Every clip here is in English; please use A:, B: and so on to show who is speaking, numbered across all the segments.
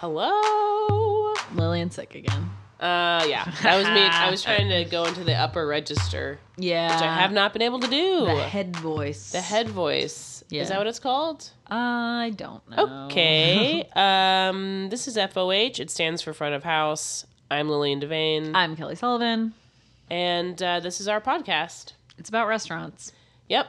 A: Hello.
B: Lillian's sick again.
A: Uh, yeah, that was me. I was trying to go into the upper register,
B: Yeah.
A: which I have not been able to do.
B: The head voice.
A: The head voice.
B: Yeah.
A: Is that what it's called?
B: I don't know.
A: Okay. um, this is FOH. It stands for front of house. I'm Lillian Devane,
B: I'm Kelly Sullivan.
A: and uh, this is our podcast.
B: It's about restaurants.
A: Yep.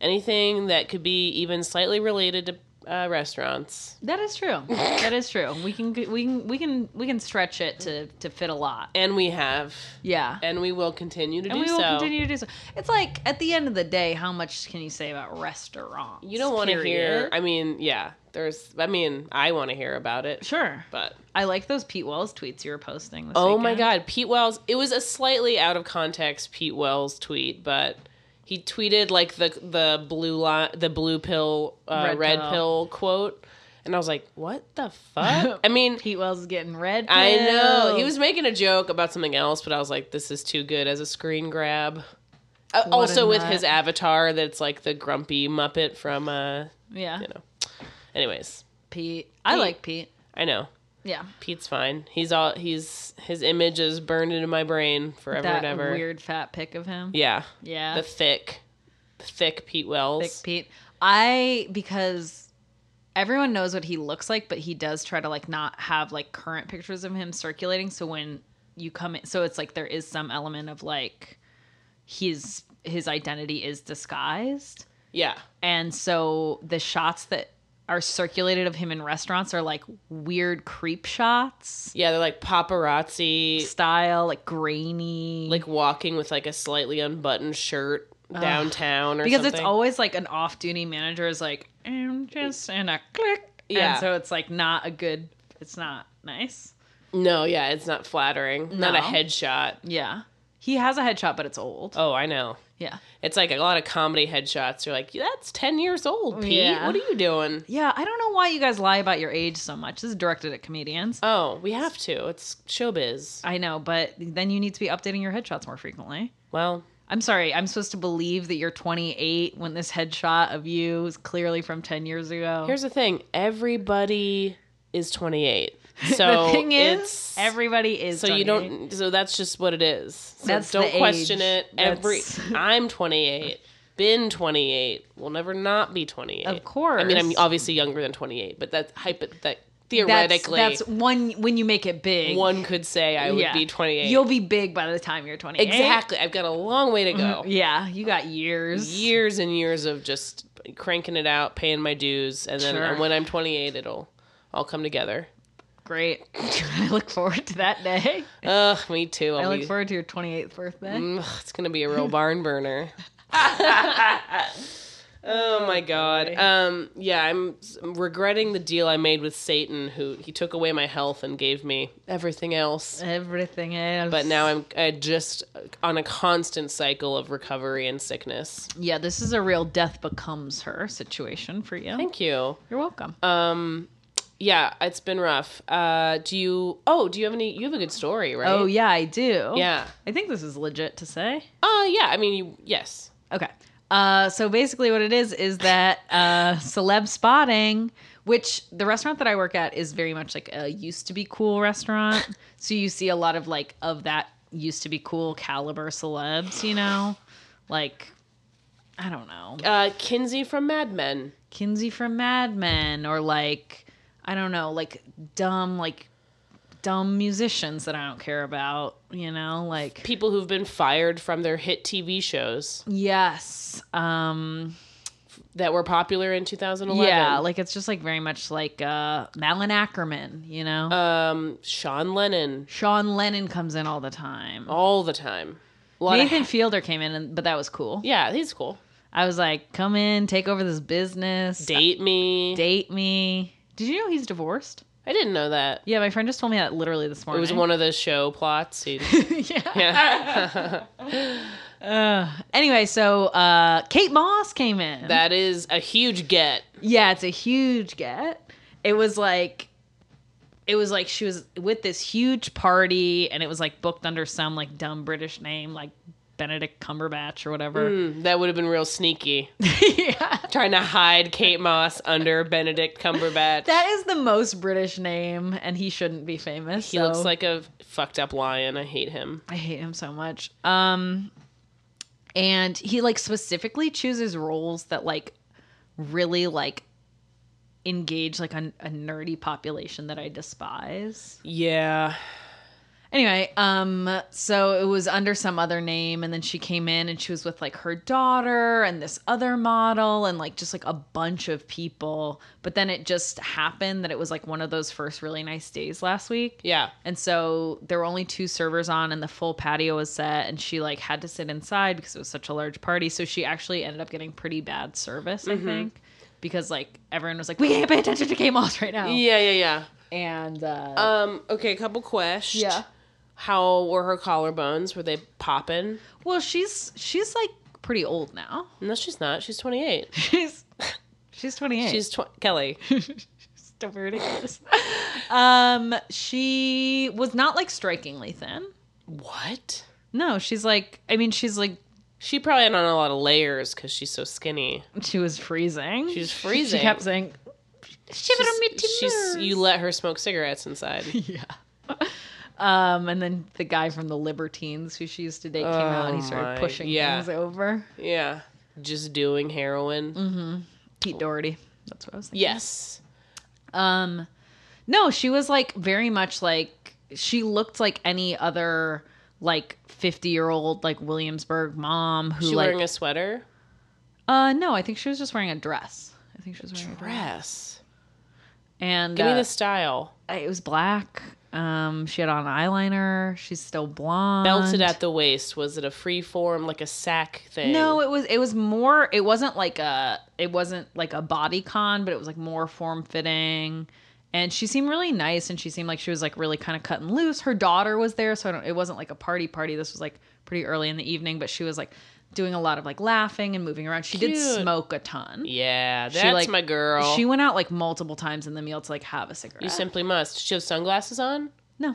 A: Anything that could be even slightly related to uh, restaurants.
B: That is true. that is true. We can we can we can we can stretch it to to fit a lot.
A: And we have.
B: Yeah.
A: And we will continue to
B: And
A: do
B: we will
A: so.
B: continue to do so. It's like at the end of the day, how much can you say about restaurants?
A: you don't want to hear.
B: period?
A: I mean, yeah. There's. I mean, I want to hear about it.
B: sure.
A: But
B: I like those Pete Wells tweets you were posting. This
A: oh my
B: weekend.
A: god, Pete Wells. It was a slightly out of context Pete Wells tweet, but he tweeted like the the blue line, the blue pill, uh, red,
B: Red pill.
A: pill quote, and I was like, what the fuck? I mean.
B: Pete Wells is getting red.
A: I know.
B: pilled.
A: He was making a joke about something else, but I was like, this is too good as a screen grab. Uh,
B: What a
A: also, with
B: nut.
A: his avatar that's like the grumpy Muppet from, uh,
B: yeah.
A: you know. Anyways,
B: Pete. I
A: Pete.
B: like Pete.
A: I know.
B: Yeah.
A: Pete's fine. He's all, he's, his image is burned into my brain forever
B: that
A: and ever.
B: weird fat pic of him.
A: Yeah.
B: Yeah.
A: The thick, the thick Pete Wells.
B: Thick Pete. I because everyone knows what he looks like, but he does try to like not have like current pictures of him circulating. So when you come in, so it's like there is some element of like his his identity is disguised,
A: Yeah.
B: and so the shots that are circulated of him in restaurants are like weird creep shots
A: Yeah. They're like paparazzi,
B: style, like grainy,
A: like walking with like a slightly unbuttoned shirt downtown or
B: because
A: something.
B: it's always like an off-duty manager is like i'm just in a click
A: Yeah.
B: and so it's like not a good it's not nice
A: No, yeah, it's not flattering. Not a
B: No.
A: headshot.
B: yeah he has a headshot but it's old
A: Oh, I know.
B: yeah
A: It's like a lot of comedy headshots. You're like, that's 10 years old, Pete.
B: Yeah.
A: What are you doing?
B: yeah i don't know why you guys lie about your age so much this is directed at comedians
A: Oh, we have to. It's showbiz.
B: i know but then you need to be updating your headshots more frequently
A: Well,
B: i'm sorry i'm supposed to believe that you're 28 when this headshot of you is clearly from 10 years ago
A: here's the thing everybody is 28. So
B: the thing is
A: it's,
B: everybody is
A: So you
B: 28.
A: don't. So that's just what it is. So
B: That's
A: don't
B: the
A: question
B: age.
A: it. Every
B: That's-
A: I'm 28. Been 28. Will never not be 28.
B: Of course.
A: I mean, I'm obviously younger than 28, but that's hypo- that theoretically,
B: that's, that's one when you make it big
A: one could say I would
B: Yeah.
A: be 28.
B: You'll be big by the time you're 28.
A: exactly. I've got a long way to go.
B: Yeah, you got years.
A: Years and years of just cranking it out, paying my dues, and then
B: Sure.
A: when I'm 28, it'll all come together.
B: Great. I look forward to that day.
A: Ugh, me too.
B: I
A: I'll
B: look
A: be-
B: forward to your 28th birthday.
A: Ugh, it's gonna be a real barn burner. oh my god. Um, yeah, I'm s- regretting the deal I made with Satan, who he took away my health and gave me everything else.
B: Everything else.
A: But now I'm uh, just on a constant cycle of recovery and sickness.
B: yeah, this is a real death becomes her situation for you.
A: Thank Uh, you. Um,
B: You're welcome.
A: Yeah, it's been rough. Uh, do you? Oh, do you have any? You have a good story, right?
B: oh, yeah, I do.
A: yeah.
B: I think this is legit to say.
A: Uh, yeah. I mean, you. Yes.
B: Okay. Uh, so basically, what it is is that uh, celeb spotting, which the restaurant that I work at is very much like a used to be cool restaurant. So you see a lot of like of that used to be cool caliber celebs, you know, like I don't know,
A: Uh, Kinsey from Mad Men.
B: Kinsey from Mad Men, or like I don't know, like dumb like dumb musicians that I don't care about, you know, like
A: People who've been fired from their hit TV shows.
B: yes, um,
A: that were popular in 2011.
B: Yeah, like it's just like very much like uh Malin Ackerman, you know?
A: um, Sean Lennon
B: Sean Lennon comes in all the time.
A: all the time. A lot of-
B: Nathan Fielder came in, and, but that was cool.
A: yeah, he's cool.
B: I was like, come in, take over this business,
A: Date me.
B: date me. Did you know he's divorced?
A: I didn't know that.
B: Yeah, my friend just told me that literally this
A: It
B: morning.
A: was one of the show plots. He-
B: yeah.
A: yeah,
B: Anyway, so uh, Kate Moss came in.
A: that is a huge get.
B: Yeah, it's a huge get. It was like it was like she was with this huge party and it was like booked under some like dumb British name like Benedict Cumberbatch or whatever.
A: Mm, that would have been real sneaky.
B: yeah.
A: Trying to hide Kate Moss under Benedict Cumberbatch.
B: That is the most British name, and he shouldn't be famous.
A: he
B: so-
A: looks like a fucked up lion. I hate him.
B: I hate him so much. Um and he like specifically chooses roles that like really like engage like a, a nerdy population that I despise.
A: Yeah.
B: Anyway, um so it was under some other name and then she came in and she was with like her daughter and this other model and like just like a bunch of people. But then it just happened that it was like one of those first really nice days last week.
A: Yeah.
B: And so there were only two servers on, and the full patio was set, and she like had to sit inside because it was such a large party. So she actually ended up getting pretty bad service, I think, because like everyone was like, "We can't pay attention to K Moss right now,"
A: Yeah, yeah, yeah.
B: and uh,
A: Um, okay, a couple questions.
B: Yeah.
A: How were her collarbones? Were they popping?
B: well, she's she's like pretty old now.
A: No, she's not. She's 28.
B: She's she's twenty eight.
A: She's tw- Kelly.
B: still ridiculous. um, she was not like strikingly thin.
A: What?
B: No, she's like, I mean, she's like
A: She probably had on a lot of layers because she's so skinny.
B: she was freezing.
A: She was
B: She-
A: freezing.
B: She kept saying, "Shiver me
A: She's, she's- you let her smoke cigarettes inside.
B: yeah. Um, and then the guy from the Libertines who she used to date came out and he
A: Oh
B: started
A: my-
B: pushing
A: yeah.
B: things over.
A: Yeah. Just doing heroin.
B: Mm-hmm. Pete Doherty. That's what I was thinking.
A: Yes.
B: Um, no, she was like very much like she looked like any other like 50 year old like Williamsburg mom who
A: She
B: like
A: wearing a sweater?
B: uh no, I think she was just wearing a dress. I think she was wearing a dress.
A: Dress.
B: And
A: Give me
B: uh,
A: the style.
B: it was black. Um, she had on eyeliner. She's still blonde.
A: Belted at the waist. Was it a free form, like a sack thing?
B: No, it was it was more it wasn't like a it wasn't like a body con, but it was like more form fitting. And she seemed really nice and she seemed like she was like really kind of cutting loose. Her daughter was there, so I don't, it wasn't like a party party. This was like pretty early in the evening, but she was like doing a lot of like laughing and moving around. She did
A: Cute.
B: smoke a ton.
A: Yeah, that's
B: like-
A: my girl.
B: She went out like multiple times in the meal to like have a cigarette.
A: you simply must. She have sunglasses on?
B: no.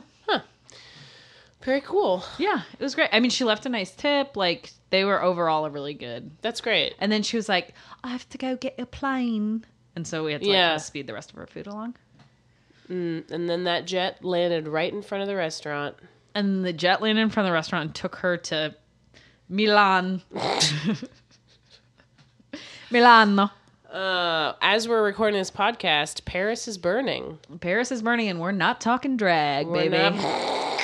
A: Very cool.
B: Yeah, it was great. I mean, she left a nice tip. Like they were overall a really good
A: That's great.
B: And then she was like, I have to go get a plane. And so we had to like,
A: Yeah.
B: kinda speed the rest of her food along.
A: Mm, And then that jet landed right in front of the restaurant.
B: And the jet landed in front of the restaurant and took her to Milan. Milano.
A: Uh, as we're recording this podcast, Paris is burning.
B: Paris is burning and we're not talking drag,
A: We're
B: baby.
A: not-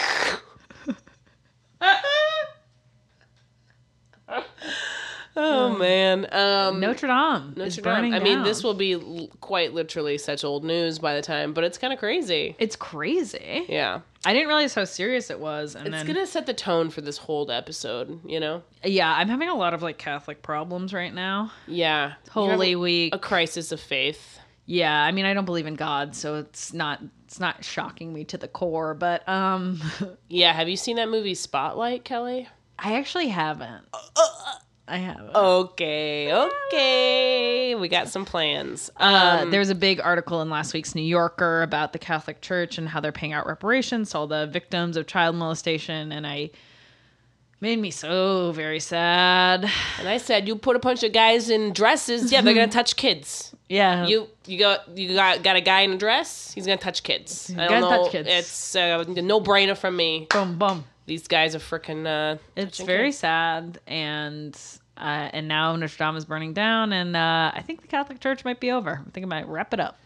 A: oh man. Um,
B: Notre Dame. is
A: Notre
B: burning
A: Dame. I mean, this
B: down.
A: will be l- quite literally such old news by the time, but it's kind of crazy.
B: It's crazy.
A: Yeah.
B: I didn't realize how serious it was. And
A: It's
B: then,
A: going to set the tone for this whole episode, you know?
B: yeah, I'm having a lot of like Catholic problems right now.
A: Yeah. You're having
B: Holy Week.
A: A crisis of faith.
B: Yeah, I mean, I don't believe in God, so it's not it's not shocking me to the core. But um,
A: Yeah. Have you seen that movie Spotlight, Kelly?
B: I actually haven't. I haven't. Uh,
A: Okay. Okay. We got some plans.
B: Uh,
A: Um,
B: there was a big article in last week's New Yorker about the Catholic Church and how they're paying out reparations to all the victims of child molestation, and I made me so very sad.
A: and I said, you put a bunch of guys in dresses. Yeah, they're going to touch kids.
B: Yeah,
A: You you got you got got a guy in a dress. He's gonna touch kids. I don't
B: gonna
A: know.
B: touch kids.
A: It's uh, no brainer from me.
B: boom, boom.
A: These guys are freaking. Uh,
B: It's
A: touching
B: very
A: kids.
B: sad, and uh, and now Notre Dame is burning down, and uh, I think the Catholic Church might be over. I think I might wrap it up.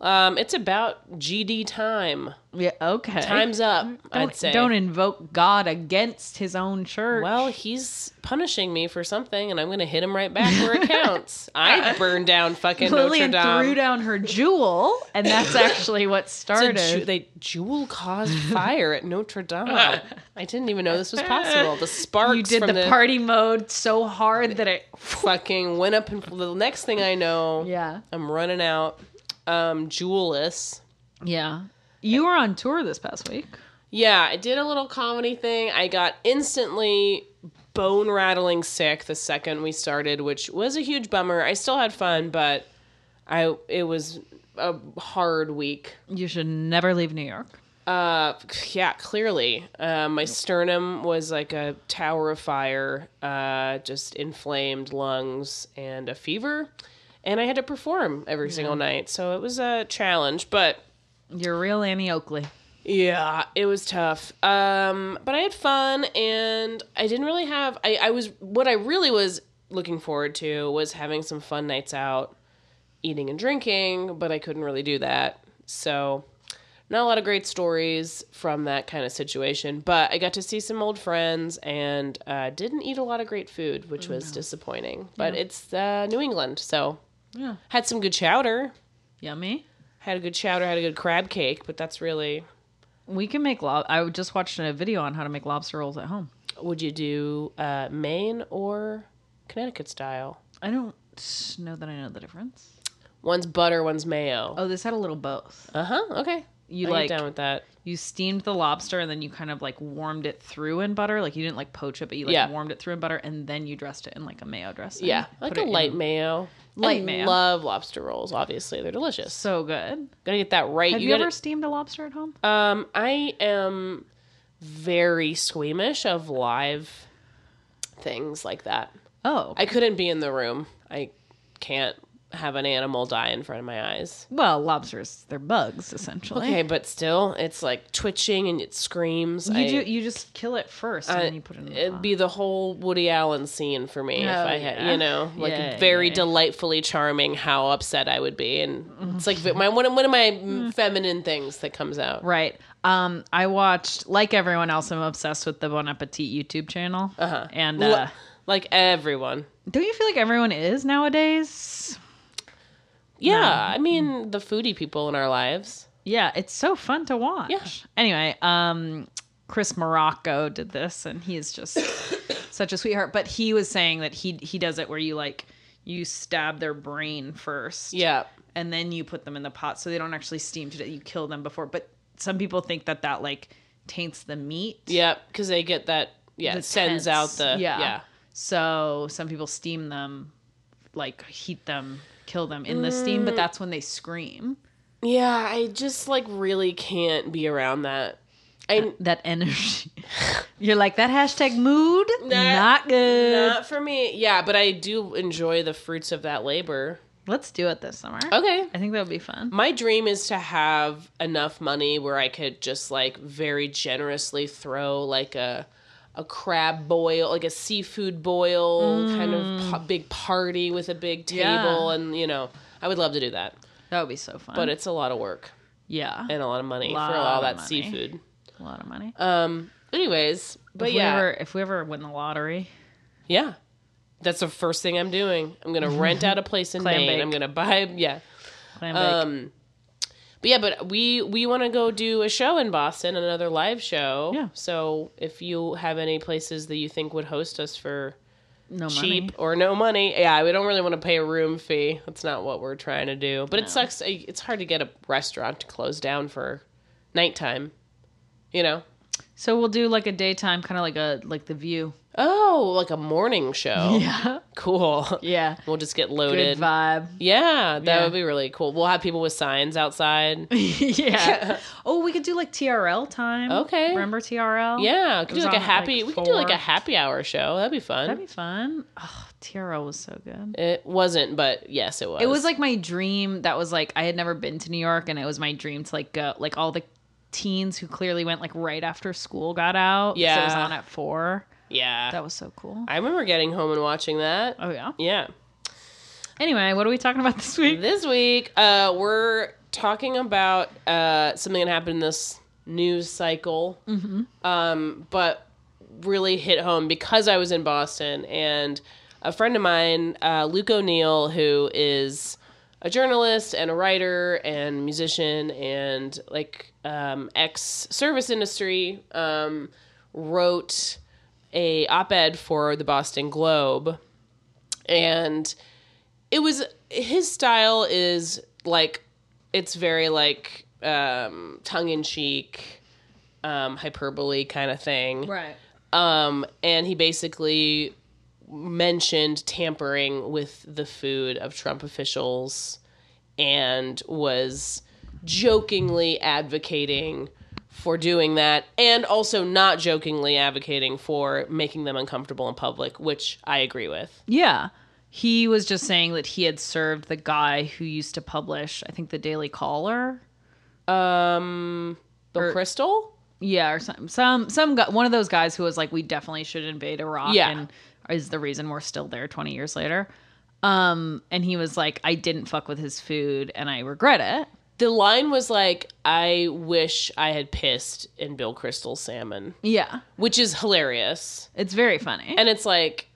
A: Um, it's about GD time.
B: Yeah. Okay.
A: Time's up.
B: Don't,
A: I'd say.
B: don't invoke God against his own church.
A: well, he's punishing me for something, and I'm gonna hit him right back where it counts. I burned down fucking
B: Lillian
A: Notre Dame.
B: threw down her jewel, and that's actually what started.
A: It's a ju- they jewel caused fire at Notre Dame. I didn't even know this was possible. The sparks
B: you did
A: from
B: the, party mode so hard that it.
A: fucking went up, and the next thing I know,
B: Yeah.
A: I'm running out. Um, Jeweless.
B: Yeah. You were on tour this past week.
A: Yeah, I did a little comedy thing. I got instantly bone rattling sick the second we started, which was a huge bummer. I still had fun, but I it was a hard week.
B: You should never leave New York.
A: Uh, yeah, clearly. Uh, my sternum was like a tower of fire, uh, just inflamed lungs and a fever. And I had to perform every single night. So it was a challenge, but
B: You're real Annie Oakley.
A: yeah, it was tough. Um, but I had fun and I didn't really have, I, I was, what I really was looking forward to was having some fun nights out, eating and drinking, but I couldn't really do that. So, not a lot of great stories from that kind of situation, but I got to see some old friends and uh, didn't eat a lot of great food, which was disappointing. But it's uh, New England, so
B: Yeah.
A: had some good chowder.
B: Yummy.
A: Had a good chowder, had a good crab cake, but that's really
B: We can make lob. I just watched a video on how to make lobster rolls at home.
A: Would you do uh, Maine or Connecticut style?
B: I don't know that I know the difference.
A: One's butter, one's mayo.
B: Oh, this had a little both.
A: Uh huh. Okay.
B: Uh-huh, You
A: I
B: like
A: get down with that?
B: you steamed the lobster and then you kind of like warmed it through in butter. Like you didn't like poach it, but you like
A: Yeah.
B: warmed it through in butter and then you dressed it in like a mayo dressing.
A: Yeah,
B: Put
A: like a
B: it in-
A: light mayo.
B: Light
A: I
B: mayo.
A: Love lobster rolls. Obviously, they're delicious.
B: So good.
A: Gotta get that right.
B: Have you,
A: gotta-
B: ever steamed a lobster at home?
A: Um, I am very squeamish of live things like that.
B: Oh,
A: I couldn't be in the room. I can't have an animal die in front of my eyes.
B: well, lobsters they're bugs essentially.
A: Okay, but still, it's like twitching and it screams.
B: You
A: I,
B: do. You just kill it first and
A: I-
B: then you put it in the
A: it'd
B: pot.
A: be the whole Woody Allen scene for me if
B: Oh,
A: I had,
B: yeah.
A: you know, like
B: Yeah,
A: very
B: yeah.
A: delightfully charming. How upset I would be, and it's like my one of, one of my feminine things that comes out.
B: Right. Um, I watched like everyone else. I'm obsessed with the Bon Appetit YouTube channel. Uh-huh. And
A: L-
B: uh,
A: like everyone,
B: don't you feel like everyone is nowadays?
A: yeah. I mean, the foodie people in our lives.
B: Yeah, it's so fun to watch.
A: Yeah.
B: Anyway, um, Chris Morocco did this, and he is just such a sweetheart. But he was saying that he he does it where you like you stab their brain first.
A: Yeah,
B: and then you put them in the pot so they don't actually steam to death. You kill them before. But some people think that that like taints the meat.
A: yeah, because they get that. Yeah,
B: the
A: it sends out
B: tense.
A: the yeah.
B: So some people steam them, like heat them, kill them in the steam,
A: Mm.
B: but that's when they scream.
A: Yeah, I just like really can't be around that. I
B: That energy. You're like that hashtag mood. not good.
A: not for me. Yeah, but I do enjoy the fruits of that labor.
B: Let's do it this summer.
A: Okay.
B: I think that would be fun.
A: My dream is to have enough money where I could just like very generously throw like a a crab boil, like a seafood boil kind of pa- big party with a big table
B: Mm. Yeah.
A: and you know, I would love to do that.
B: That would be so fun.
A: But it's a lot of work
B: yeah,
A: and a lot of money
B: Lot
A: for all
B: of
A: that
B: money.
A: seafood.
B: a lot of money.
A: Um anyways, but
B: if
A: yeah.
B: we ever, if we ever win the lottery,
A: Yeah. That's the first thing I'm doing. I'm going to rent out a place in
B: Clam
A: Maine.
B: bake.
A: I'm going to buy yeah.
B: clam bake.
A: Um, but yeah, but we we want to go do a show in Boston, another live show.
B: Yeah.
A: So if you have any places that you think would host us for
B: no
A: cheap
B: money.
A: or no money, yeah, we don't really want to pay a room fee. That's not what we're trying to do. But
B: No.
A: it sucks. eh, It's hard to get a restaurant to close down for nighttime. You know.
B: So we'll do like a daytime, kind of like a like the view.
A: Oh, like a morning show.
B: Yeah,
A: Cool.
B: yeah.
A: We'll just get
B: Good
A: loaded.
B: vibe.
A: Yeah, that
B: Yeah.
A: would be really cool. We'll have people with signs outside.
B: yeah. Oh, we could do like TRL time.
A: Okay.
B: Remember
A: Yeah,
B: TRL?
A: we could
B: Oh, It
A: do
B: was
A: like a
B: on at,
A: happy.
B: like,
A: we could do like a
B: four.
A: happy hour show. That'd be fun.
B: That'd be fun. Oh, TRL was so good.
A: it wasn't, but yes, it was.
B: It was like my dream that was like I had never been to New York and it was my dream to like go like all the teens who clearly went like right after school got out. 'cause It was
A: Yeah.
B: on at four.
A: yeah.
B: That was so cool.
A: I remember getting home and watching that.
B: Oh yeah.
A: Yeah.
B: Anyway, what are we talking about this week?
A: This week, uh, we're talking about uh, something that happened in this news cycle, mm-hmm. um, but really hit home because I was in Boston and a friend of mine, uh, Luke O'Neill, who is a journalist and a writer and musician and like um, ex service industry, um, wrote a op-ed for the Boston Globe and it was his style is like it's very like um tongue-in-cheek um hyperbole kind of thing
B: Right.
A: um and he basically mentioned tampering with the food of Trump officials and was jokingly advocating for doing that and also not jokingly advocating for making them uncomfortable in public, which I agree with.
B: Yeah. He was just saying that he had served the guy who used to publish, I think, the Daily Caller.
A: Um, Bill
B: Or-
A: Crystal?
B: Yeah, or some some some guy, one of those guys who was like, we definitely should invade Iraq,
A: Yeah.
B: and is the reason we're still there twenty years later. Um, and he was like, I didn't fuck with his food, and I regret it.
A: The line was like, I wish I had pissed in Bill Crystal's salmon,
B: Yeah,
A: which is hilarious.
B: it's very funny.
A: and it's like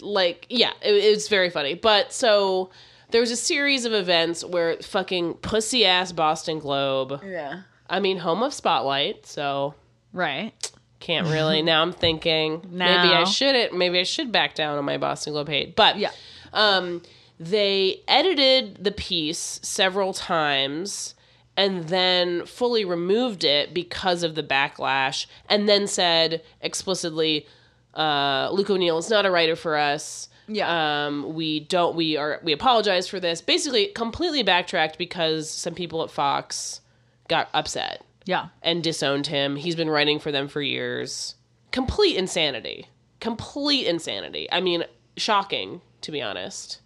A: like yeah it, it's very funny but so there was a series of events where fucking pussy ass boston globe
B: yeah,
A: i mean home of spotlight so
B: right.
A: can't really now i'm thinking
B: Now.
A: maybe i shouldn't maybe i should back down on my boston globe hate but
B: Yeah.
A: um they edited the piece several times and then fully removed it because of the backlash and then said explicitly uh, luke o'neill is not a writer for us
B: Yeah.
A: um, we don't we are we apologize for this basically completely backtracked because some people at fox got upset
B: Yeah,
A: and disowned him. He's been writing for them for years. Complete insanity. Complete insanity. I mean, shocking, to be honest.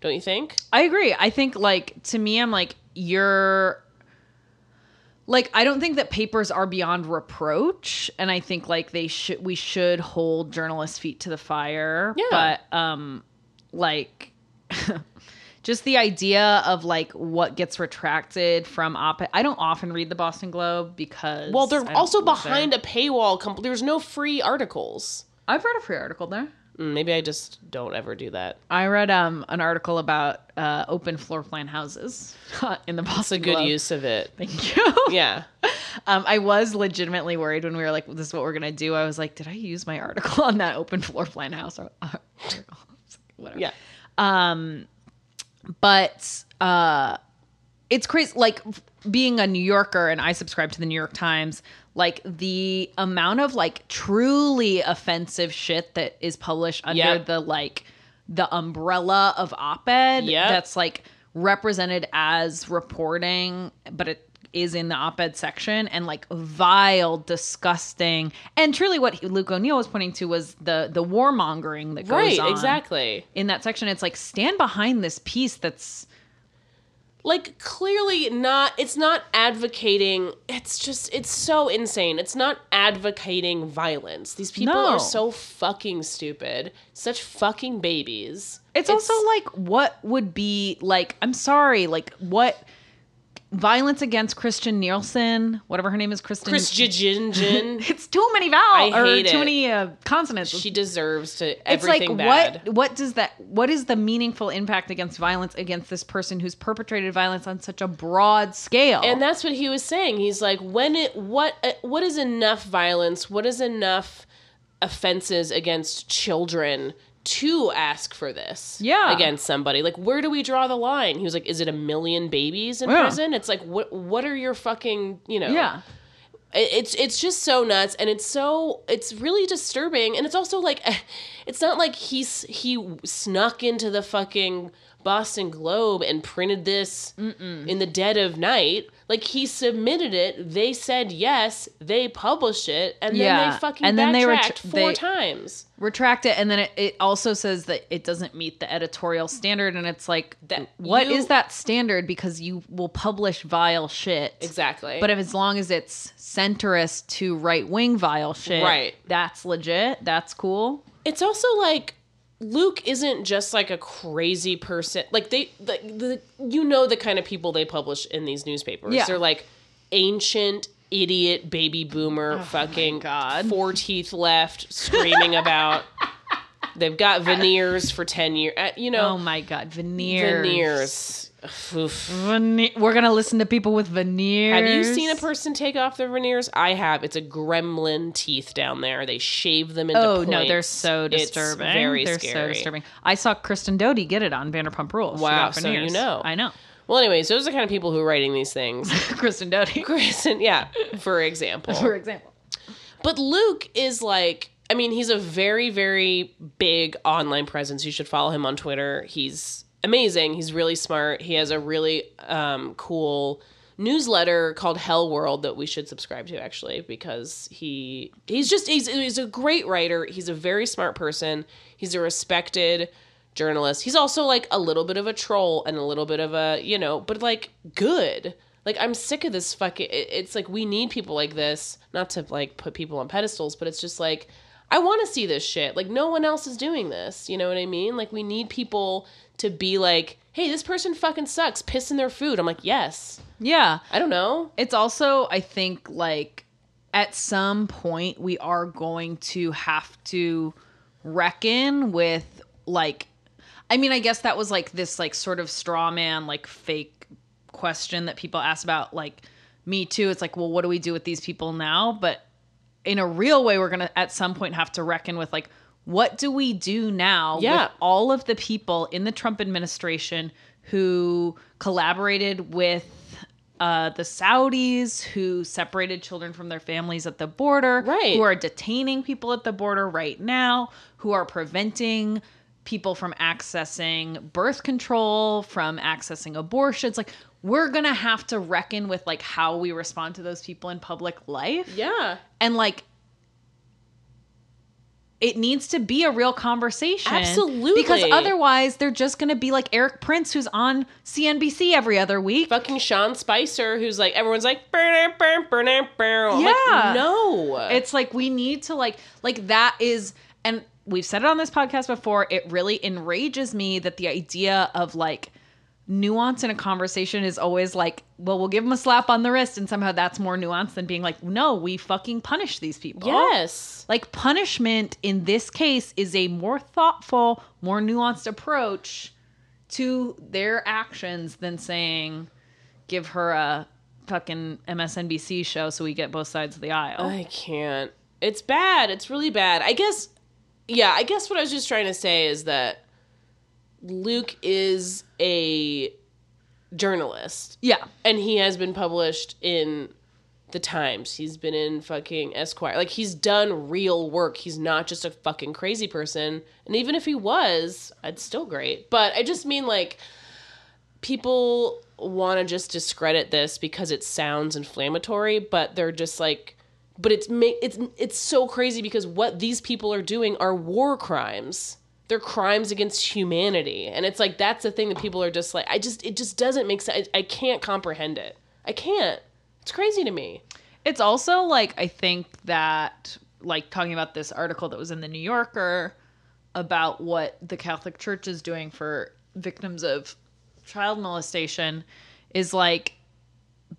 A: Don't you think?
B: I agree. I think like to me, I'm like you're like I don't think that papers are beyond reproach, and I think like they should we should hold journalists' feet to the fire.
A: Yeah.
B: But um, like. Just the idea of like what gets retracted from op. I don't often read the Boston Globe because
A: Well,
B: I
A: they're
B: don't
A: also
B: live there.
A: behind a paywall. Comp- There's no free articles.
B: I've read a free article there.
A: Mm, Maybe I just don't ever do that.
B: I read um an article about uh, open floor plan houses in the Boston.
A: Good
B: Globe.
A: use of it.
B: Thank you.
A: Yeah.
B: Um, I was legitimately worried when we were like, "This is what we're gonna do." I was like, "Did I use my article on that open floor plan house?" Or, uh, article? It's like, Whatever.
A: Yeah.
B: But uh, it's crazy. Like f- being a New Yorker, and I subscribe to the New York Times. Like the amount of like truly offensive shit that is published under
A: Yep.
B: the like the umbrella of op-ed.
A: Yep.
B: That's like represented as reporting, but it is in the op-ed section and like vile, disgusting, and truly what Luke O'Neill was pointing to was the the warmongering that goes
A: Right,
B: on
A: exactly.
B: in that section. It's like stand behind this piece that's
A: like clearly not it's not advocating it's just it's so insane it's not advocating violence these people
B: No.
A: are so fucking stupid such fucking babies
B: It's, also like what would be like I'm sorry, like what violence against Christian Nielsen, whatever her name is, Kristen
A: christian Jin.
B: It's too many vowels
A: I
B: or
A: hate
B: too
A: it.
B: many uh, consonants.
A: she deserves to
B: it's
A: everything
B: like
A: bad
B: what what does that what is the meaningful impact against violence against this person who's perpetrated violence on such a broad scale?
A: and that's what he was saying he's like when it what uh, what is enough violence what is enough offenses against children to ask for this
B: Yeah.
A: against somebody like where do we draw the line he was like is it a million babies in
B: Yeah.
A: prison it's like what what are your fucking you know
B: yeah.
A: It- it's it's just so nuts and it's so it's really disturbing and it's also like it's not like he's he snuck into the fucking Boston Globe and printed this in the dead of night like he submitted it they said yes they published it and then
B: Yeah,
A: they fucking
B: and then they were
A: backtracked
B: tr-
A: four
B: they-
A: times
B: Retract it, and then it, it also says that it doesn't meet the editorial standard, and it's like, that, what is
A: you-
B: that standard? Because you will publish vile shit,
A: exactly
B: But if, as long as it's centrist to right wing vile shit,
A: Right.
B: That's legit. That's cool.
A: it's also like Luke isn't just like a crazy person. Like they, like the you know the kind of people they publish in these newspapers.
B: Yeah.
A: They're like ancient idiot baby boomer fucking
B: Oh God.
A: four teeth left screaming about they've got veneers for 10 years you
B: Oh
A: know
B: my god, veneers.
A: veneers Oof.
B: Vene- We're gonna listen to people with veneers.
A: have you seen a person take off their veneers i have it's a gremlin teeth down there they shave them into
B: Oh no,
A: points.
B: they're so
A: It's
B: disturbing.
A: very
B: they're so
A: scary.
B: disturbing. I saw Kristen Doty get it on Vanderpump Rules. She
A: Wow,
B: got
A: so you
B: veneers.
A: know.
B: I know.
A: well anyways those are the kind of people who are writing these things
B: Kristen Doty,
A: Grayson, yeah, for example.
B: for example.
A: But Luke is like, I mean, he's a very, very big online presence. You should follow him on Twitter. He's amazing. He's really smart. He has a really um, cool newsletter called Hell World that we should subscribe to actually because he he's just he's, he's a great writer. He's a very smart person. He's a respected journalist. He's also like a little bit of a troll and a little bit of a, you know, but like good. Like I'm sick of this fucking it- it's like we need people like this, not to like put people on pedestals, but it's just like I want to see this shit. Like no one else is doing this. You know what I mean? Like we need people to be like, "Hey, this person fucking sucks, pissing their food." I'm like, "Yes."
B: Yeah.
A: I don't know.
B: It's also, I think, like at some point we are going to have to reckon with like I mean, I guess that was like this like sort of straw man, like fake question that people ask about like me too. It's like, well, what do we do with these people now? But in a real way, we're gonna at some point have to reckon with like what do we do now
A: Yeah.
B: with all of the people in the Trump administration who collaborated with uh, the Saudis who separated children from their families at the border,
A: Right.
B: who are detaining people at the border right now, who are preventing people from accessing birth control, from accessing abortions. Like, we're going to have to reckon with like how we respond to those people in public life.
A: Yeah.
B: And like it needs to be a real conversation.
A: Absolutely.
B: Because otherwise they're just going to be like Eric Prince who's on CNBC every other week.
A: Fucking Sean Spicer, who's like everyone's like, burn, burn, burn, burn. I'm
B: Yeah.
A: like, no,
B: It's like we need to like like that is and we've said it on this podcast before, it really enrages me that the idea of like nuance in a conversation is always like, well, we'll give them a slap on the wrist and somehow that's more nuanced than being like, no, we fucking punish these people.
A: yes,
B: Like punishment in this case is a more thoughtful, more nuanced approach to their actions than saying give her a fucking MSNBC show so we get both sides of the aisle.
A: I can't. It's bad. It's really bad. I guess. Yeah, I guess what I was just trying to say is that Luke is a journalist,
B: yeah.
A: and he has been published in the Times. He's been in fucking Esquire. Like he's done real work. He's not just a fucking crazy person. And even if he was, it's still great. But I just mean like people want to just discredit this because it sounds inflammatory, but they're just like but it's ma- it's it's so crazy because what these people are doing are war crimes. They're crimes against humanity. And it's like that's the thing that people are just like I just it just doesn't make sense. I, I can't comprehend it. I can't. It's crazy to me.
B: It's also like I think that like talking about this article that was in the New Yorker about what the Catholic Church is doing for victims of child molestation is like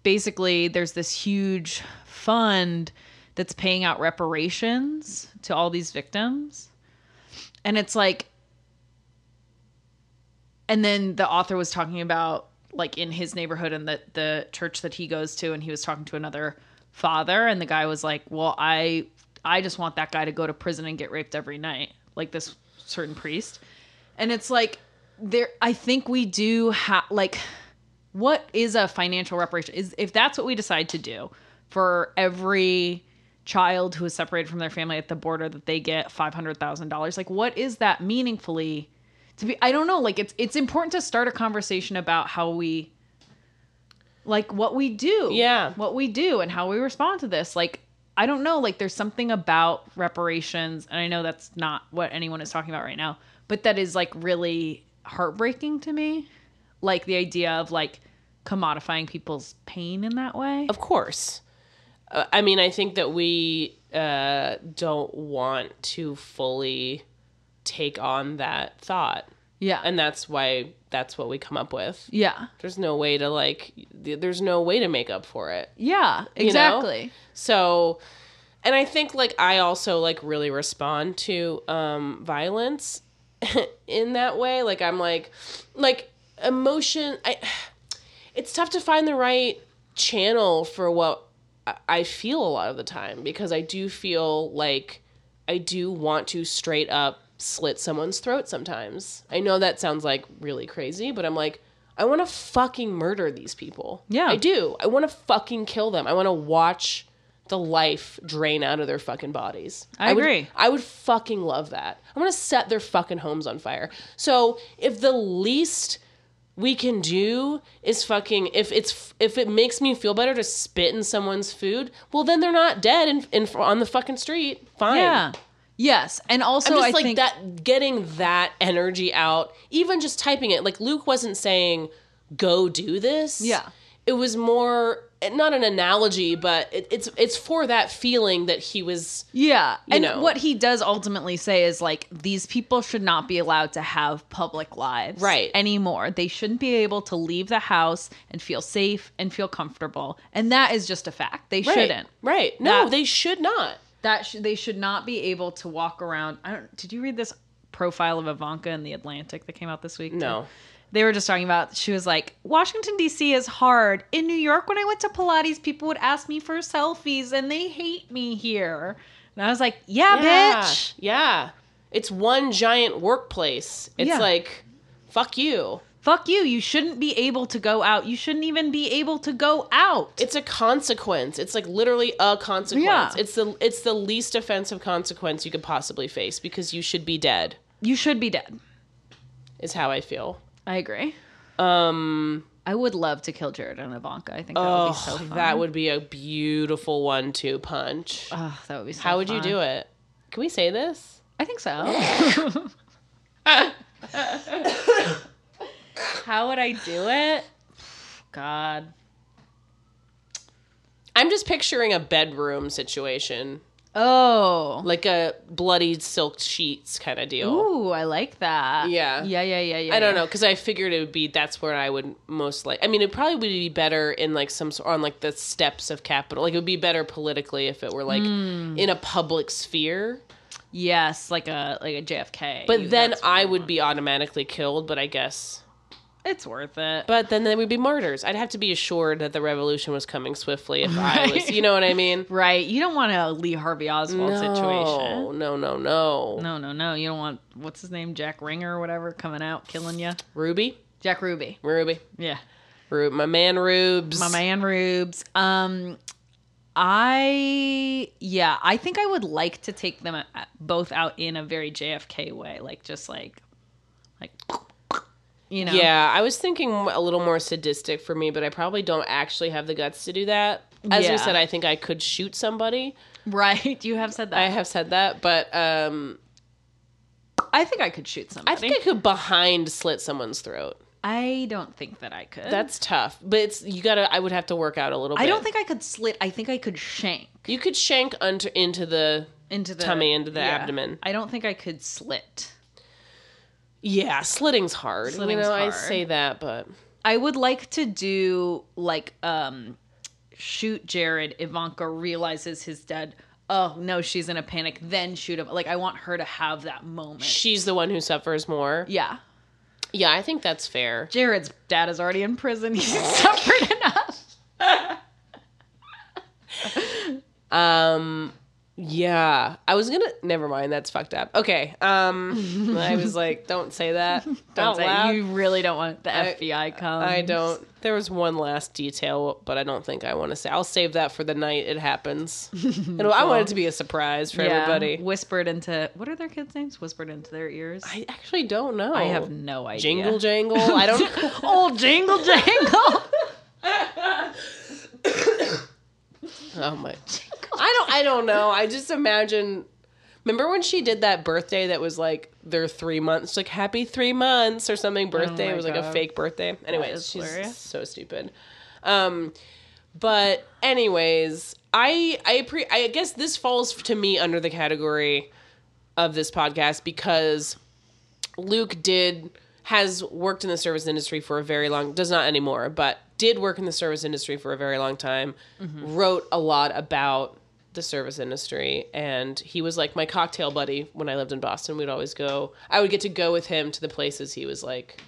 B: basically there's this huge fund that's paying out reparations to all these victims. And it's like and then the author was talking about like in his neighborhood and the the church that he goes to and he was talking to another father and the guy was like well i i just want that guy to go to prison and get raped every night like this certain priest and it's like there i think we do have like what is a financial reparation is if that's what we decide to do for every child who is separated from their family at the border that they get $500,000 like what is that meaningfully to be I don't know like it's it's important to start a conversation about how we like what we do
A: Yeah.
B: what we do and how we respond to this like I don't know like there's something about reparations and I know that's not what anyone is talking about right now but that is like really heartbreaking to me like the idea of like commodifying people's pain in that way.
A: Of course. Uh, I mean, I think that we uh, don't want to fully take on that thought.
B: Yeah.
A: And that's why that's what we come up with.
B: yeah.
A: There's no way to, like, th- there's no way to make up for it.
B: Yeah, exactly.
A: So, and I think like I also like really respond to um violence in that way. Like I'm like like emotion I it's tough to find the right channel for what I- I feel a lot of the time because I do feel like I do want to straight up slit someone's throat sometimes. I know that sounds like really crazy, but I'm like I want to fucking murder these people.
B: Yeah.
A: I do. I want to fucking kill them. I want to watch the life drain out of their fucking bodies.
B: I
A: would-
B: agree.
A: I would fucking love that. I want to set their fucking homes on fire. So if the least we can do is fucking if it's if it makes me feel better to spit in someone's food, well then they're not dead and in, in, on the fucking street. Fine.
B: Yeah. Yes, and also
A: I'm just
B: I
A: like
B: think
A: that getting that energy out, even just typing it. Like Luke wasn't saying go do this.
B: Yeah.
A: It was more not an analogy, but it, it's it's for that feeling that he was
B: Yeah. And
A: know.
B: what he does ultimately say is like these people should not be allowed to have public lives
A: Right.
B: anymore. They shouldn't be able to leave the house and feel safe and feel comfortable. And that is just a fact. They
A: Right.
B: shouldn't.
A: Right. No,
B: That-
A: they should not.
B: That sh- they should not be able to walk around. I don't Did you read this profile of Ivanka in the Atlantic that came out this week?
A: No.
B: They were just talking about she was like, "Washington D.C. is hard. In New York when I went to Pilates, people would ask me for selfies and they hate me here." And I was like, yeah.
A: Yeah.
B: bitch."
A: Yeah. It's one giant workplace. It's
B: Yeah.
A: like, fuck you.
B: fuck you you shouldn't be able to go out you shouldn't even be able to go out
A: It's a consequence. It's like literally a consequence.
B: Yeah.
A: It's the it's the least offensive consequence you could possibly face because you should be dead.
B: you should be dead
A: Is how I feel.
B: i agree
A: Um,
B: i would love to kill jared and ivanka i think that would be so
A: oh,
B: fun
A: that would be a beautiful one-two punch.
B: Ugh, Ah, that would be so
A: how would you
B: fun.
A: do it? Can we say this?
B: i think so how would i do it god
A: I'm just picturing a bedroom situation,
B: oh
A: like a bloodied silk sheets kind of deal.
B: ooh i like that
A: Yeah.
B: yeah yeah yeah yeah
A: I don't
B: yeah.
A: know because I figured it would be that's where I would most like. I mean, it probably would be better in like some sort on like the steps of capital. Like it would be better politically if it were like in a public sphere.
B: yes like a like a jfk
A: But
B: You-
A: then
B: that's-
A: I would be automatically killed. But I guess.
B: it's worth it
A: But then they would be martyrs. I'd have to be assured that the revolution was coming swiftly. If I was,
B: Right.
A: you know what I mean?
B: right you don't want a lee harvey oswald situation
A: No, no, no, no.
B: No, no, no. You don't want what's his name, Jack Ringer or whatever, coming out killing you.
A: Ruby,
B: Jack Ruby.
A: Ruby,
B: Yeah,
A: Rube, my man, Rubes.
B: my man Rubes. Um, I yeah, I think I would like to take them a- both out in a very JFK way, like just like, like you know,
A: Yeah, I was thinking a little more sadistic for me, but I probably don't actually have the guts to do that. As
B: Yeah.
A: we said, I think I could shoot somebody.
B: right. You have said
A: I
B: that.
A: have said that, but um,
B: I, think I could shoot
A: I
B: somebody.
A: think I could behind slit someone's throat.
B: I don't think that I could.
A: That's tough, but it's you gotta. I would have to work out a little. bit.
B: I don't think I could slit. I think I could shank
A: you could shank unto, into the.
B: into the
A: Tummy, into the abdomen.
B: I don't think I could slit.
A: Yeah, slitting's hard.
B: Slitting's
A: you know,
B: hard.
A: I say that, but
B: I would like to do like um shoot Jared. Ivanka realizes his dead. Oh no, she's in a panic. Then shoot him. Like I want her to have that moment.
A: she's the one who suffers more.
B: yeah,
A: Yeah, I think that's fair.
B: Jared's dad is already in prison. He's suffered enough.
A: Um yeah. I was gonna never mind, that's fucked up. Okay. Um I was like, don't say that.
B: Don't
A: out
B: say
A: loud.
B: you really don't want the
A: I-
B: FBI come.
A: I don't there was one last detail, but I don't think I wanna say I'll save that for the night it happens. and I want it to be a surprise for
B: Yeah,
A: everybody.
B: Whispered into what are their kids' names? Whispered into their ears. I,
A: I actually don't know.
B: have no idea.
A: Jingle jangle. I don't
B: Old jingle jangle.
A: Oh my I don't I don't know. I just imagine Remember when she did that birthday that was like their three months, like happy three months or something birthday?
B: Oh my
A: it was like
B: God.
A: a fake birthday.
B: is
A: Anyways, she's
B: hilarious.
A: so stupid. Um, but anyways, I I pre I guess this falls to me under the category of this podcast because Luke did has worked in the service industry for a very long does not anymore, but did work in the service industry for a very long time.
B: Mm-hmm.
A: Wrote a lot about the service industry and he was like my cocktail buddy when I lived in Boston. We'd always go I would get to go with him to the places he was like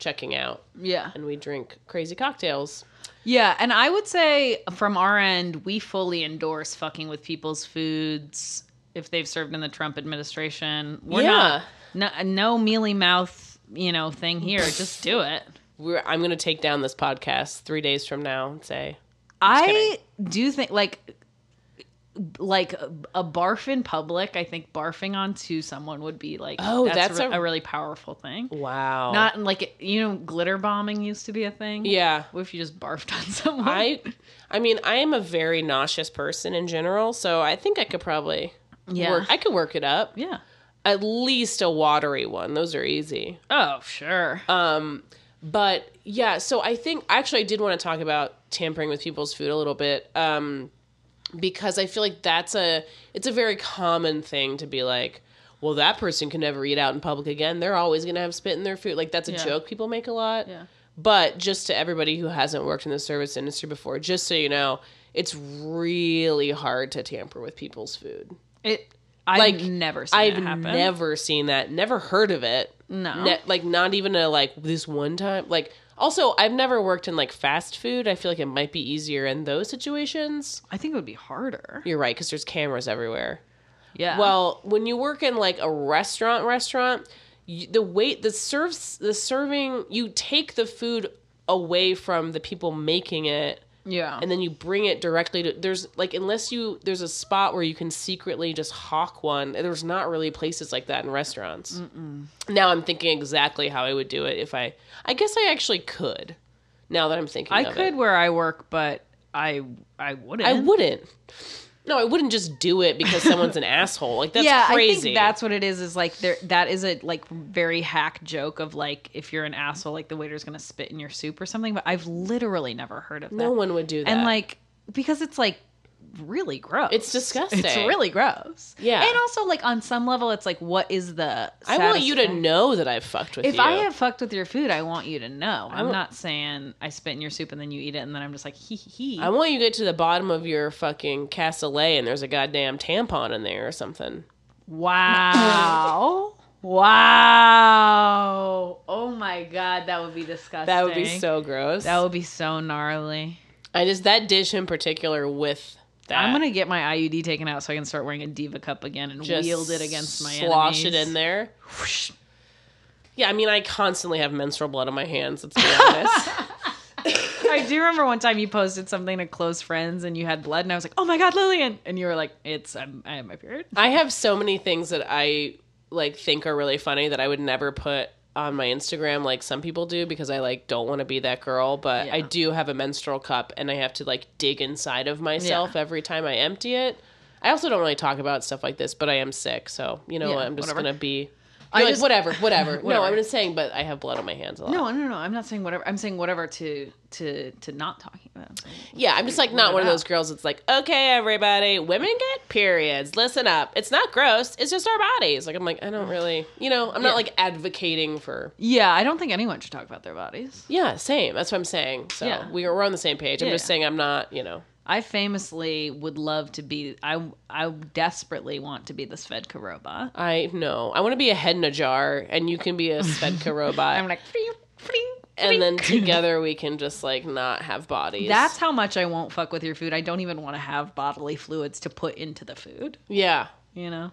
A: checking out
B: yeah.
A: and we drink crazy cocktails.
B: Yeah, and I would say from our end, we fully endorse fucking with people's foods if they've served in the Trump administration. We're
A: Yeah.
B: not no, no mealy mouth, you know, thing here. Just do it.
A: We're, I'm going to take down this podcast 3 days from now and say
B: I do think like like a barf in public. I think barfing onto someone would be like
A: Oh, that's
B: re-
A: a-
B: a really powerful thing.
A: Wow.
B: Not in, like you know, glitter bombing used to be a thing.
A: yeah.
B: What if you just barfed on someone?
A: I I mean, I am a very nauseous person in general, so I think I could probably
B: Yeah.
A: work I could work it up.
B: yeah.
A: At least a watery one. Those are easy.
B: Oh, sure.
A: Um, but yeah, so I think actually I did want to talk about tampering with people's food a little bit um, because I feel like that's a it's a very common thing to be like, well, that person can never eat out in public again. They're always going to have spit in their food. Like that's a
B: Yeah.
A: joke people make a lot.
B: yeah.
A: But just to everybody who hasn't worked in the service industry before, just so you know, it's really hard to tamper with people's food.
B: It. I've
A: Like,
B: never seen
A: I've
B: it happen.
A: never seen that, never heard of it.
B: No.
A: Ne- like not even a like this one time. Like also, I've never worked in like fast food. I feel like it might be easier in those situations.
B: I think it would be harder.
A: You're right because there's cameras everywhere.
B: Yeah.
A: Well, when you work in like a restaurant, restaurant, you, the wait, the serves, the serving, you take the food away from the people making it
B: Yeah.
A: and then you bring it directly to there's like unless you there's a spot where you can secretly just hawk one there's not really places like that in restaurants now i'm thinking exactly how i would do it if i i guess i actually could now that i'm thinking
B: I
A: of
B: could
A: it.
B: where I work, but I I wouldn't.
A: i wouldn't no i wouldn't just do it because someone's an asshole like that's
B: yeah, I
A: crazy
B: think that's what it is. Is like there that is a like very hack joke of like if you're an asshole, like the waiter's gonna spit in your soup or something. But I've literally never heard of that.
A: no one would do that
B: and like because it's like really gross.
A: It's disgusting.
B: It's really gross.
A: Yeah.
B: and also like on some level, it's like what is the?
A: i want you to
B: satisfaction-
A: know that i've fucked with
B: If
A: you
B: I have fucked with your food, I want you to know. I'm
A: want-
B: not saying I spit in your soup and then you eat it and then I'm just like hee hee hee.
A: I want you to get to the bottom of your fucking cassoulet and there's a goddamn tampon in there or something.
B: Wow. wow. Oh my god, that would be disgusting.
A: That would be so gross.
B: That would be so gnarly.
A: I just that dish in particular with that.
B: I'm gonna get my IUD taken out so I can start wearing a diva cup again and
A: just
B: wield it against my
A: slosh
B: enemies.
A: it in there. Yeah, I mean, I constantly have menstrual blood on my hands. Let's be honest.
B: I do remember one time you posted something to close friends and you had blood and I was like, oh my god, Lillian, and you were like, it's I'm, I have my period.
A: I have so many things that I like think are really funny that I would never put on my Instagram like some people do because I like don't want to be that girl. But I
B: Yeah.
A: do have a menstrual cup and I have to like dig inside of myself every time I empty it. I also don't really talk about stuff like this, but I am sick, so you know
B: Yeah,
A: what? I'm just
B: whatever.
A: gonna be.
B: I
A: You're like,
B: just-
A: whatever, whatever, No,
B: Whatever.
A: I'm just saying, but I have blood on my hands a lot.
B: No, no, no. I'm not saying whatever. I'm saying whatever to to to not talking about. it.
A: Yeah, I'm just like not
B: it
A: one of
B: out.
A: those girls that's like, okay, everybody, women get periods. Listen up. It's not gross. It's just our bodies. Like, I'm like, I don't really, you know, I'm not
B: Yeah.
A: like advocating for.
B: Yeah, I don't think anyone should talk about their bodies.
A: Yeah, same. That's what I'm saying. So
B: Yeah.
A: we, we're on the same page. I'm
B: Yeah,
A: just
B: yeah.
A: saying I'm not, you know.
B: I famously would love to be. I I desperately want to be the Svedka robot.
A: I know. I want to be a head in a jar and you can be a Svedka robot.
B: I'm like, "Fling, fling,
A: and then
B: fling."
A: together we can just like not have bodies.
B: That's how much I won't fuck with your food. I don't even want to have bodily fluids to put into the food.
A: Yeah.
B: You know,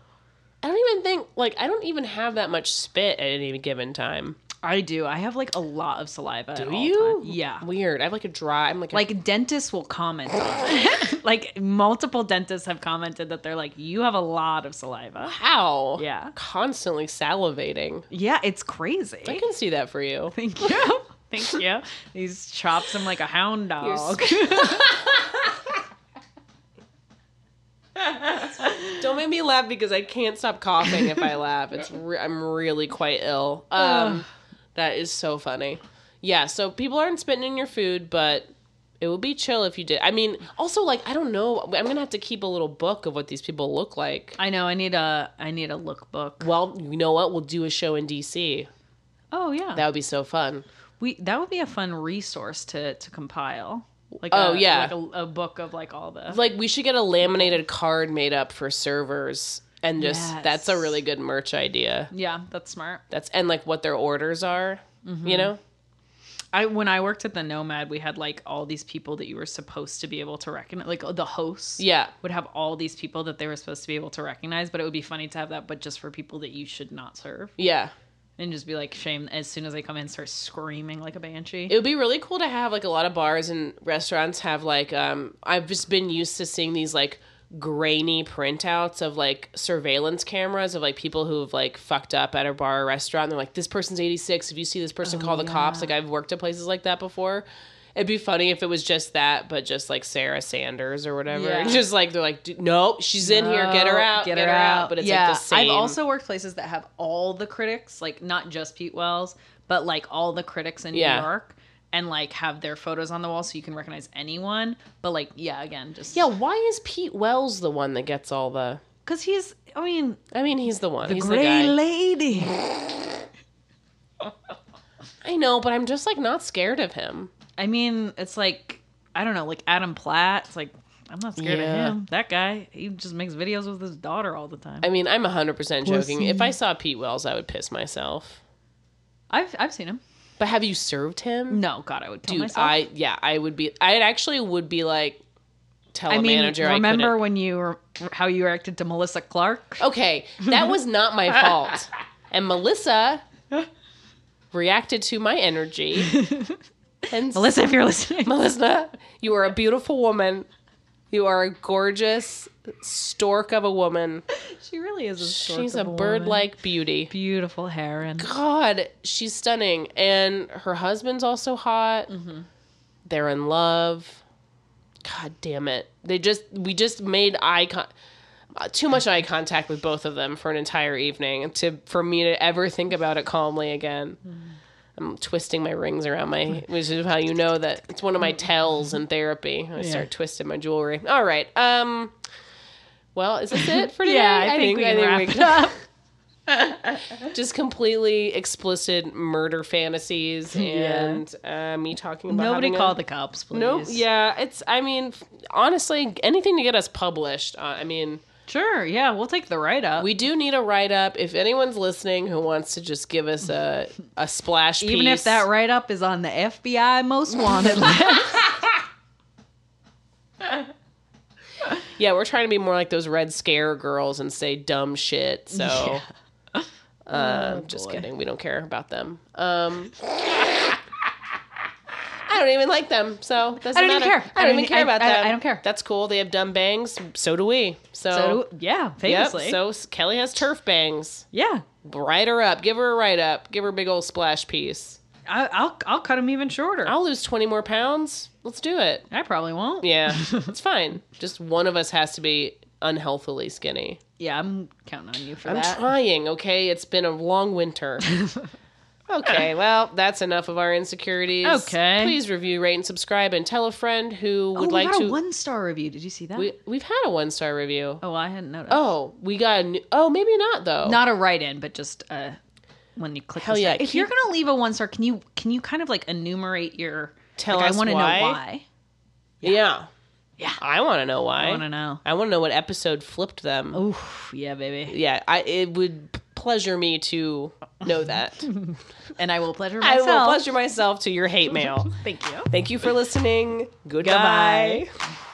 A: I don't even think, like, I don't even have that much spit at any given time.
B: I do. I have like a lot of saliva. at
A: Do
B: all
A: you?
B: time. Yeah.
A: Weird. I have like a dry, I'm like a
B: Like dentists will comment. on it. like multiple dentists have commented that they're like, you have a lot of saliva.
A: Ow.
B: Yeah.
A: Constantly salivating.
B: Yeah, it's crazy.
A: I can see that for you.
B: Thank you. Thank you. These chops him like a hound dog.
A: Don't make me laugh because I can't stop coughing if I laugh. It's re- I'm really quite ill. Um, that is so funny. Yeah. So people aren't spitting in your food, but it would be chill if you did. I mean, also like I don't know. I'm gonna have to keep a little book of what these people look like.
B: I know. I need a. I need a lookbook.
A: Well, you know what? We'll do a show in DC.
B: Oh yeah.
A: That would be so fun.
B: we that would be a fun resource to to compile. Like
A: Oh,
B: a,
A: yeah.
B: like a, a book of like all the.
A: Like we should get a laminated card made up for servers and just
B: Yes.
A: that's a really good merch idea.
B: yeah, that's smart.
A: That's and like what their orders are, you know?
B: I when I worked at the Nomad, we had like all these people that you were supposed to be able to recognize, like the hosts.
A: Yeah.
B: Would have all these people that they were supposed to be able to recognize, but it would be funny to have that, but just for people that you should not serve,
A: Yeah.
B: and just be like, shame. As soon as they come in, start screaming like a banshee.
A: It would be really cool to have like a lot of bars and restaurants have like um I've just been used to seeing these like grainy printouts of like surveillance cameras of like people who have like fucked up at a bar or restaurant. They're like, this person's 86. If you see this person, call the cops. Like, I've worked at places like that before. It'd be funny if it was just that, but just like Sarah Sanders or whatever.
B: Yeah.
A: Just like, they're like, "Dude, no, she's in here. Get her
B: No,
A: out. Get, her, out. But it's like the same.
B: I've also worked places that have all the critics, like not just Pete Wells, but like all the critics in
A: Yeah.
B: New York, and like have their photos on the wall so you can recognize anyone. But like, yeah, again, just
A: Yeah, why is Pete Wells the one that gets all the.
B: because he's, I mean,
A: I mean, he's the one. he's the guy.
B: gray lady.
A: I know, but I'm just like not scared of him.
B: I mean, it's like I don't know, like Adam Platt. It's like I'm not scared
A: Yeah.
B: of him. That guy, he just makes videos with his daughter all the time.
A: I mean, I'm 100% joking.
B: Pussy.
A: If I saw Pete Wells, I would piss myself.
B: I've I've seen him.
A: But have you served him?
B: No, God, I would tell
A: Dude,
B: myself.
A: I yeah, I would be I actually would be like tell
B: I
A: a
B: mean,
A: manager I
B: remember
A: couldn't.
B: when you were, how you reacted to Melissa Clark?
A: Okay, that was not my fault. And Melissa reacted to my energy. And
B: Melissa, if you're listening,
A: Melissa, you are a beautiful woman. You are a gorgeous stork of a woman.
B: she really is. A
A: She's a bird-like beauty.
B: beautiful heron.
A: God, she's stunning. And her husband's also hot.
B: Mm-hmm.
A: They're in love. God damn it. They just, we just made eye con- uh, too much eye contact with both of them for an entire evening to, for me to ever think about it calmly again.
B: Mm-hmm.
A: I'm twisting my rings around my, which is how you know that it's one of my tells in therapy. I start twisting my jewelry. All right. Um, well, is this it for today?
B: Yeah, I, think, we can wrap it up.
A: just completely explicit murder fantasies and uh, me talking about
B: Nobody
A: having
B: call
A: a,
B: the cops, please.
A: no yeah it's i mean f- honestly anything to get us published uh, i mean
B: Sure. Yeah, we'll take the write up.
A: we do need a write-up if anyone's listening who wants to just give us a, a splash
B: Even
A: piece.
B: if that write up is on the FBI most wanted list.
A: yeah we're trying to be more like those red scare girls and say dumb shit so Um, just
B: Oh, boy.
A: kidding. We don't care about them. Um, I don't even like them, so doesn't
B: I don't even
A: matter.
B: care.
A: I don't, even care about
B: I- I
A: them.
B: don't care.
A: That's cool. They have dumb bangs. So do we. So,
B: So, yeah,
A: yep.
B: famously.
A: So s- Kelly has turf bangs.
B: yeah.
A: Write her up. Give her a write up. Give her a big old splash piece.
B: I, I'll I'll cut him even shorter.
A: I'll lose twenty more pounds. Let's do it.
B: I probably won't.
A: Yeah, it's fine. Just one of us has to be unhealthily skinny.
B: Yeah, I'm counting on you for
A: I'm
B: that.
A: trying, okay? It's been a long winter. okay, well, that's enough of our insecurities.
B: Okay.
A: Please review, rate, and subscribe, and tell a friend who
B: oh,
A: would
B: we
A: like
B: got
A: to.
B: a one star review. Did you see that?
A: we, we've had a one star review.
B: oh, I hadn't noticed.
A: Oh, we got a new. Oh, maybe not, though.
B: not a write in, but just uh, when you click.
A: Hell
B: the
A: yeah,
B: star- If
A: keep-
B: you're gonna leave a one star, can you can you kind of like enumerate your?
A: Tell
B: like,
A: us
B: I want to know
A: why.
B: why.
A: yeah. yeah.
B: Yeah.
A: I want to know why.
B: I want to know. Oh.
A: I want to know what episode flipped them.
B: Oof, yeah, baby.
A: Yeah, I, it would p- pleasure me to know that.
B: And I will pleasure
A: I
B: myself.
A: will pleasure myself to your hate mail.
B: Thank you.
A: Thank you for listening. Goodbye.
B: Goodbye.